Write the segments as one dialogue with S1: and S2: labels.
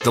S1: The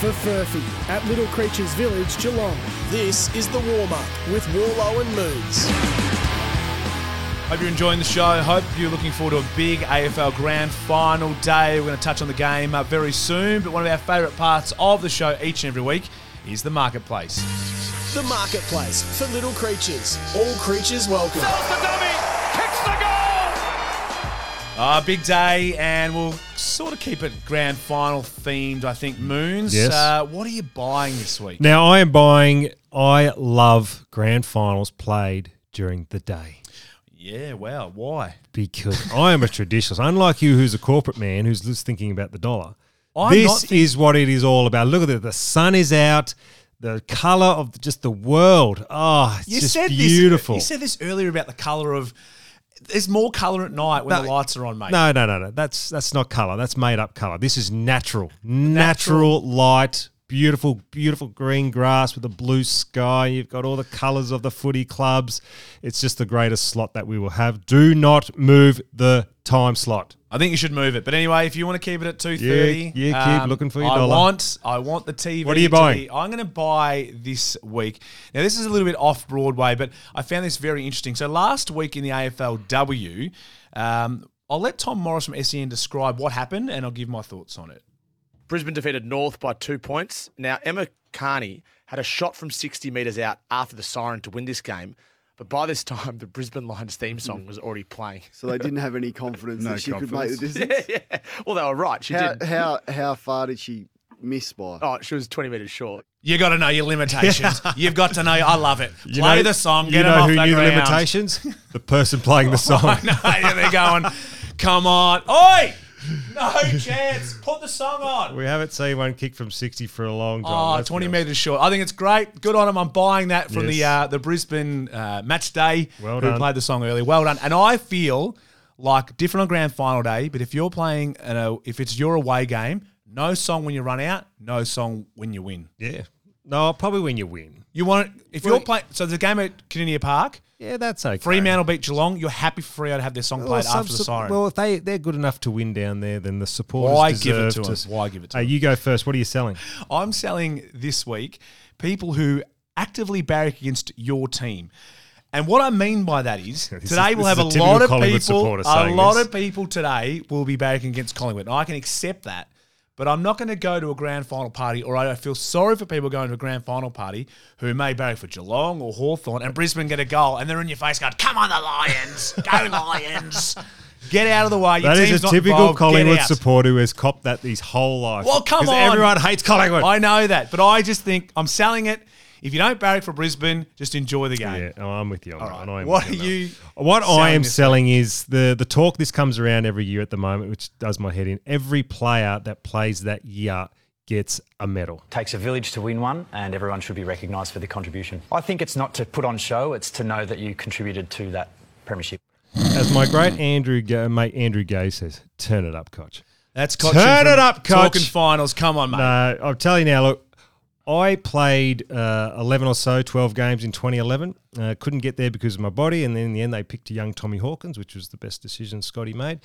S2: For Furphy at Little Creatures Village, Geelong.
S3: This is the warm up with Warlow and Moons.
S4: Hope you're enjoying the show. Hope you're looking forward to a big AFL grand final day. We're going to touch on the game uh, very soon, but one of our favourite parts of the show each and every week is the marketplace.
S3: The marketplace for little creatures. All creatures welcome.
S4: Uh, big day, and we'll sort of keep it grand final themed, I think, Moons.
S5: Yes.
S4: Uh, what are you buying this week?
S5: Now I am buying. I love grand finals played during the day
S4: Yeah, wow. Why?
S5: because I am a traditionalist. Unlike you, who's a corporate man who's just thinking about the dollar.
S4: I'm not
S5: this
S4: thinking-
S5: is what it is all about. Look at it. The sun is out. The color of just the world. Oh, it's just beautiful.
S4: This, you said this earlier about the colour of. There's more colour at night when
S5: No.
S4: the lights are on, mate.
S5: No, no, no, no. That's that's not color. That's made up color. This is natural, natural, light. Beautiful, beautiful green grass with a blue sky. You've got all the colours of the footy clubs. It's just the greatest slot that we will have. Do not move the time slot.
S4: I think you should move it. But anyway, if you want to keep it at two
S5: Yeah,
S4: thirty, um,
S5: yeah, keep looking for your
S4: I
S5: dollar.
S4: want, I want the TV.
S5: What are you
S4: to
S5: buying?
S4: be- I'm going to buy this week. Now this is a little bit off Broadway, but I found this very interesting. So last week in the AFLW, um, I'll let Tom Morris from SEN describe what happened, and I'll give my thoughts on it.
S6: Brisbane defeated North by two points. Now, Emma Carney had a shot from 60 metres out after the siren to win this game. But by this time, the Brisbane Lions theme song was already playing.
S7: So they didn't have any confidence
S8: No
S7: that she
S8: confidence.
S7: could make the
S6: yeah,
S7: distance.
S6: yeah. Well, they were right. She
S7: how,
S6: did.
S7: how how far did she miss by?
S6: Oh, she was 20 metres short.
S4: You got to know your limitations. You've got to know. I love it.
S5: You
S4: Play
S5: know-
S4: the song.
S5: You
S4: Get
S5: know
S4: them off
S5: who
S4: the
S5: knew the
S4: ground. Oh,
S5: limitations? the person playing the song.
S4: I know. They're going. Come on, oi! No chance. Put the song on.
S5: We haven't seen one kick from sixty for a long time.
S4: Oh,
S5: let's be
S4: 20
S5: honest.
S4: metres short. I think it's great. Good on him. I'm buying that from the
S5: Yes.
S4: uh, the Brisbane uh, match day.
S5: Well
S4: who
S5: done.
S4: played the song earlier. Well done. And I feel like different on grand final day, but if you're playing, you know, if it's your away game, no song when you run out, no song when you win.
S5: Yeah. No, probably when you win.
S4: You want if you're playing. So there's a game at Caninia Park.
S5: Yeah, that's okay.
S4: Fremantle beat Geelong. You're happy for Freo to have their song played
S5: some
S4: after the
S5: sup-
S4: siren.
S5: Well, if they they're good enough to win down there, then the supporters
S4: Why give it
S5: deserve
S4: to 'em? Why give it to
S5: Hey,
S4: 'em?
S5: you go first. What are you selling?
S4: I'm selling this week people who actively barrack against your team. And what I mean by that is
S5: This is-
S4: today we'll
S5: this
S4: have
S5: is
S4: a,
S5: a typical
S4: lot of
S5: Collingwood
S4: people.
S5: supporter
S4: A
S5: saying
S4: lot
S5: this.
S4: of people today will be barracking against Collingwood. And I can accept that. But I'm not going to go to a grand final party, or I feel sorry for people going to a grand final party who may barrack for Geelong or Hawthorn, and Brisbane get a goal and they're in your face going, Come on, the Lions! Go, Lions! Get out of the way. Your
S5: That is
S4: team's
S5: a
S4: not
S5: typical
S4: involved. Get
S5: Collingwood
S4: out."
S5: supporter who has copped that his whole life.
S4: Well, come
S5: 'Cause
S4: on.
S5: everyone hates Collingwood.
S4: I know that, but I just think I'm selling it. If you don't barrack for Brisbane, just enjoy the game.
S5: yeah, no, I'm with you on
S4: right.
S5: that one. I am
S4: What are
S5: with on that
S4: you
S5: one. What I
S4: selling
S5: am
S4: this
S5: selling is the the talk. This comes around every year at the moment, which does my head in. Every player that plays that year gets a medal.
S9: takes a village to win one, and everyone should be recognised for their contribution. I think it's not to put on show, it's to know that you contributed to that premiership.
S5: As my great Andrew Ga- mate Andrew Gay says, "Turn it up, coach."
S4: That's Cochin
S5: Turn
S4: from
S5: it up, Koch.
S4: Talking finals. Come on, mate.
S5: No, I'll tell you now. Look, I played uh, eleven or so, twelve games in 2011. Uh, couldn't get there because of my body, and then in the end, they picked a young Tommy Hawkins, which was the best decision Scotty made.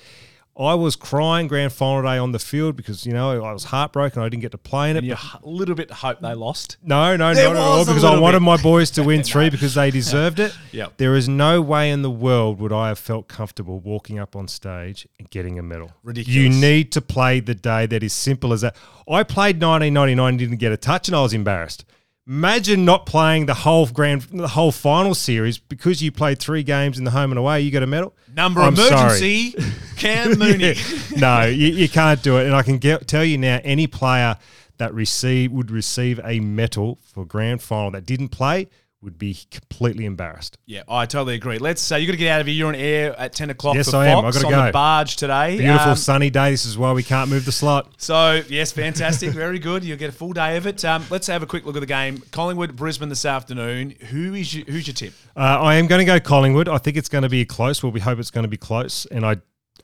S5: I was crying grand final day on the field because you know I was heartbroken. I didn't get to play in it.
S4: And you
S5: but-
S4: a little bit hope they lost.
S5: no, no,
S4: There
S5: not at all.
S4: was a
S5: Because I
S4: little
S5: wanted
S4: bit.
S5: my boys to win three because they deserved it.
S4: Yep.
S5: There is no way in the world would I have felt comfortable walking up on stage and getting a medal.
S4: Ridiculous.
S5: You need to play the day that is simple as that. I played 1999 and didn't get a touch, and I was embarrassed. Imagine not playing the whole grand, the whole final series because you played three games in the home and away. You got a medal.
S4: Number
S5: I'm sorry.
S4: emergency. Cam Mooney.
S5: no, you, you can't do it. And I can get, tell you now, any player that receive would receive a medal for grand final that didn't play would be completely embarrassed.
S4: Yeah, I totally agree. Let's say you got to get out of here. You're on air at ten o'clock.
S5: Yes,
S4: for
S5: I am. I
S4: Fox
S5: gotta
S4: on
S5: go.
S4: the barge today.
S5: Beautiful
S4: Um,
S5: sunny day. This is why we can't move the slot.
S4: So yes, fantastic, very good. You'll get a full day of it. Um, let's have a quick look at the game. Collingwood, Brisbane this afternoon. Who is your, who's your tip?
S5: Uh, I am going to go Collingwood. I think it's going to be close. Well, we hope it's going to be close. And I,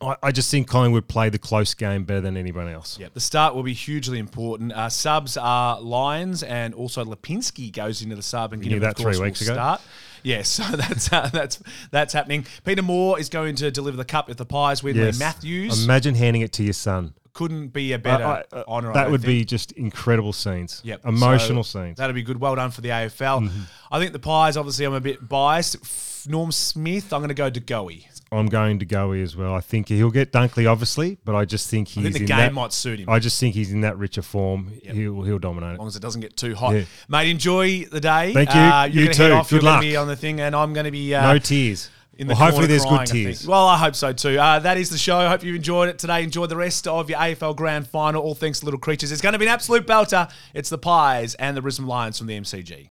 S5: I, I just think Collingwood play the close game better than anyone else.
S4: Yep. The start will be hugely important. Uh, subs are Lions and also Lipinski goes into the sub and
S5: knew
S4: Ginnivan,
S5: that
S4: of course,
S5: three weeks
S4: will
S5: ago.
S4: Start. Yes, so that's uh, that's that's happening. Peter Moore is going to deliver the cup if the Pies win. Lee Matthews
S5: Imagine handing it to your son.
S4: couldn't be a better
S5: I- I-
S4: honour. I
S5: that
S4: don't
S5: would
S4: think.
S5: be just incredible scenes.
S4: Yep.
S5: Emotional
S4: So
S5: scenes. Mm-hmm.
S4: That'd be good. Well done for the AFL. I think the Pies, obviously, I'm a bit biased. F- Norm Smith, I'm going to go to Goey.
S5: I'm going to Goey as well. I think he'll get Dunkley, obviously, but I just think he's
S4: think the
S5: in
S4: game
S5: that,
S4: might suit him.
S5: I just think he's in that richer form. He'll he'll dominate.
S4: As long
S5: It.
S4: as it doesn't get too hot.
S5: Yeah.
S4: Mate, enjoy the day.
S5: Thank you.
S4: Uh, you're
S5: You
S4: gonna head
S5: too.
S4: off. You're
S5: Good
S4: gonna
S5: luck.
S4: be on the thing, and I'm going to be. Uh,
S5: No tears.
S4: in the
S5: well, hopefully
S4: corner
S5: there's
S4: crying, I
S5: good
S4: think.
S5: tears.
S4: Well, I hope so too. Uh, that is the show. I hope you enjoyed it today. Enjoy the rest of your AFL Grand Final. All thanks to Little Creatures. It's going to be an absolute belter. It's the Pies and the Brisbane Lions from the MCG.